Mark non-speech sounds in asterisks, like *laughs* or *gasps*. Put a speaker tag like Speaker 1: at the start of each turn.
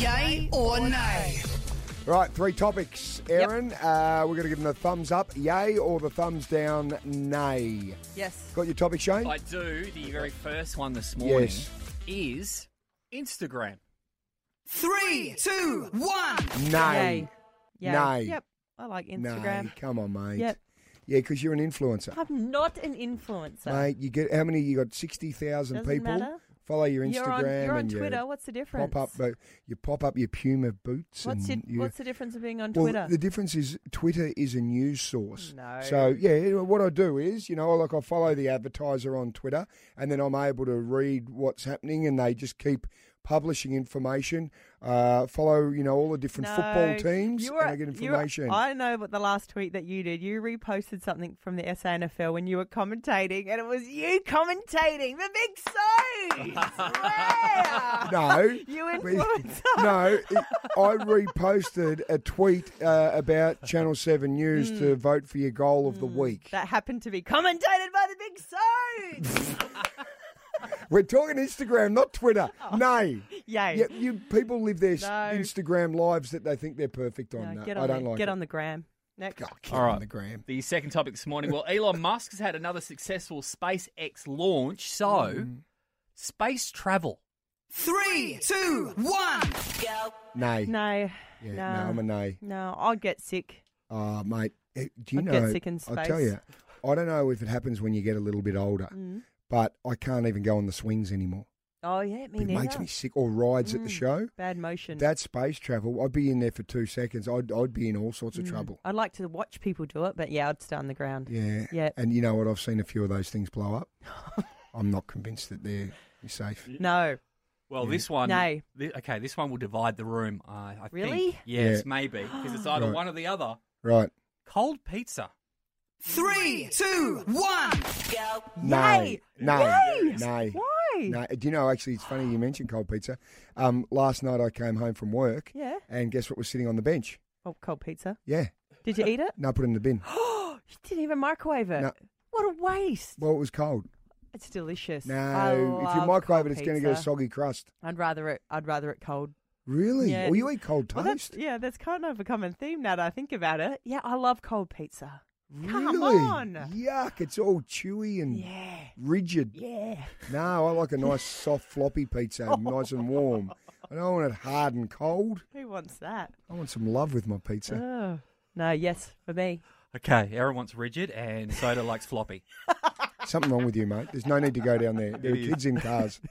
Speaker 1: Yay or nay?
Speaker 2: Right, three topics. Aaron, uh, we're going to give them the thumbs up, yay, or the thumbs down, nay.
Speaker 3: Yes.
Speaker 2: Got your topic, Shane?
Speaker 4: I do. The very first one this morning
Speaker 2: Yes.
Speaker 4: is Instagram.
Speaker 1: Three, two, one.
Speaker 2: Nay.
Speaker 3: Yay.
Speaker 2: Nay.
Speaker 3: Yep. I like
Speaker 2: Nay.
Speaker 3: Instagram.
Speaker 2: Come on, mate.
Speaker 3: Yep.
Speaker 2: Yeah, because you're an influencer.
Speaker 3: I'm not an influencer.
Speaker 2: Mate, you get how many? You got sixty thousand
Speaker 3: Doesn't
Speaker 2: people
Speaker 3: matter.
Speaker 2: follow your Instagram
Speaker 3: You're on, you're on
Speaker 2: and you
Speaker 3: Twitter. what's the difference?
Speaker 2: pop up. uh, You pop up your Puma boots.
Speaker 3: what's, your,
Speaker 2: and you,
Speaker 3: what's the difference of being on
Speaker 2: well,
Speaker 3: Twitter?
Speaker 2: the difference is Twitter is a news source.
Speaker 3: No.
Speaker 2: So yeah, what I do is, you know, like I follow the advertiser on Twitter, and then I'm able to read what's happening, and they just keep publishing information. Uh, follow, you know, all the different
Speaker 3: No,
Speaker 2: football teams,
Speaker 3: you were-
Speaker 2: and I get
Speaker 3: you were-
Speaker 2: information.
Speaker 3: I know what the last tweet that you did. You reposted something from the SANFL when you were commentating, and it was you commentating the big
Speaker 2: *laughs*
Speaker 3: so. wow.
Speaker 2: no,
Speaker 3: *laughs* You
Speaker 2: *laughs* we-
Speaker 3: influencer.
Speaker 2: no, it-
Speaker 3: *laughs*
Speaker 2: I reposted a tweet uh, about Channel Seven News to vote for your goal of the week.
Speaker 3: Hmm. That happened to be commentated by the big so.
Speaker 2: *laughs* We're talking Instagram, not Twitter.
Speaker 3: *laughs* Oh.
Speaker 2: Nay.
Speaker 3: Yay.
Speaker 2: Yeah, you people live their s
Speaker 3: No.
Speaker 2: Instagram lives that they think they're perfect on.
Speaker 3: No,
Speaker 2: No,
Speaker 3: get
Speaker 2: I
Speaker 3: on
Speaker 2: don't
Speaker 3: the,
Speaker 2: like
Speaker 3: get
Speaker 2: it.
Speaker 3: on the gram. Next.
Speaker 2: Oh, get
Speaker 4: All right.
Speaker 2: on the gram.
Speaker 4: The second topic this morning. Well, Elon Musk has had another successful SpaceX launch, so space travel.
Speaker 1: Three, two, one.
Speaker 2: Nay.
Speaker 3: No,
Speaker 2: Yeah,
Speaker 3: no.
Speaker 2: no, I'm a nay.
Speaker 3: no, I'll get sick.
Speaker 2: Oh, mate, eh, do you
Speaker 3: I'd
Speaker 2: know?
Speaker 3: get sick in
Speaker 2: I'll tell
Speaker 3: space. Mm.
Speaker 2: you, I don't know if it happens when you get a little bit older, but I can't even go on the swings anymore.
Speaker 3: Oh yeah, me
Speaker 2: it
Speaker 3: neither. Mm.
Speaker 2: makes me sick. Or rides at the show.
Speaker 3: Bad motion.
Speaker 2: That space travel, I'd be in there for two seconds. I'd, I'd be in all sorts
Speaker 3: Mm.
Speaker 2: of trouble.
Speaker 3: I'd like to watch people do it, but yeah, I'd stay on the ground.
Speaker 2: Yeah.
Speaker 3: Yeah.
Speaker 2: And you know what? I've seen a few of those things
Speaker 3: *laughs*
Speaker 2: blow up. I'm not convinced that they're safe.
Speaker 3: No,
Speaker 4: Well, this one.
Speaker 3: Nay.
Speaker 4: thi- okay, this one will divide the room. Uh, I
Speaker 3: Really?
Speaker 4: Think. Yes,
Speaker 2: Yeah.
Speaker 4: maybe because it's either
Speaker 2: Right.
Speaker 4: one or the other.
Speaker 2: Right.
Speaker 4: Cold pizza.
Speaker 1: Three, two, one.
Speaker 2: Nay. Nay.
Speaker 3: Yay!
Speaker 2: Nay.
Speaker 3: Why?
Speaker 2: No, do you know? Actually, it's funny you mentioned cold pizza. Um, last night I came home from work,
Speaker 3: Yeah.
Speaker 2: and guess what was sitting on the bench?
Speaker 3: Oh, cold pizza.
Speaker 2: Yeah,
Speaker 3: Did you eat
Speaker 2: *laughs*
Speaker 3: it?
Speaker 2: no, put it in
Speaker 3: *gasps*
Speaker 2: the bin.
Speaker 3: You didn't even microwave it.
Speaker 2: No.
Speaker 3: What a waste.
Speaker 2: Well, it was cold.
Speaker 3: It's delicious.
Speaker 2: No,
Speaker 3: I
Speaker 2: if you
Speaker 3: love
Speaker 2: microwave
Speaker 3: cold
Speaker 2: it, it's going to get a
Speaker 3: pizza.
Speaker 2: soggy crust.
Speaker 3: I'd rather it. I'd rather it cold.
Speaker 2: Really?
Speaker 3: Yeah.
Speaker 2: Well, you eat cold
Speaker 3: Well, that's,
Speaker 2: toast.
Speaker 3: yeah, that's kind of a common theme now that I think about it. Yeah, I love cold pizza. Come
Speaker 2: really?
Speaker 3: on.
Speaker 2: Yuck! It's all chewy and
Speaker 3: Yeah.
Speaker 2: rigid. *laughs*
Speaker 3: Yeah.
Speaker 2: No, I like a nice soft
Speaker 3: *laughs*
Speaker 2: floppy pizza, nice and warm. I don't want it hard and cold.
Speaker 3: Who wants that?
Speaker 2: I want some love with my
Speaker 3: *laughs*
Speaker 2: pizza.
Speaker 3: Oh. No, yes, for me.
Speaker 4: Okay, Aaron wants rigid, and Soda likes floppy.
Speaker 2: Something wrong with you, mate. There's no need to go down there. There are
Speaker 4: It is.
Speaker 2: kids in cars.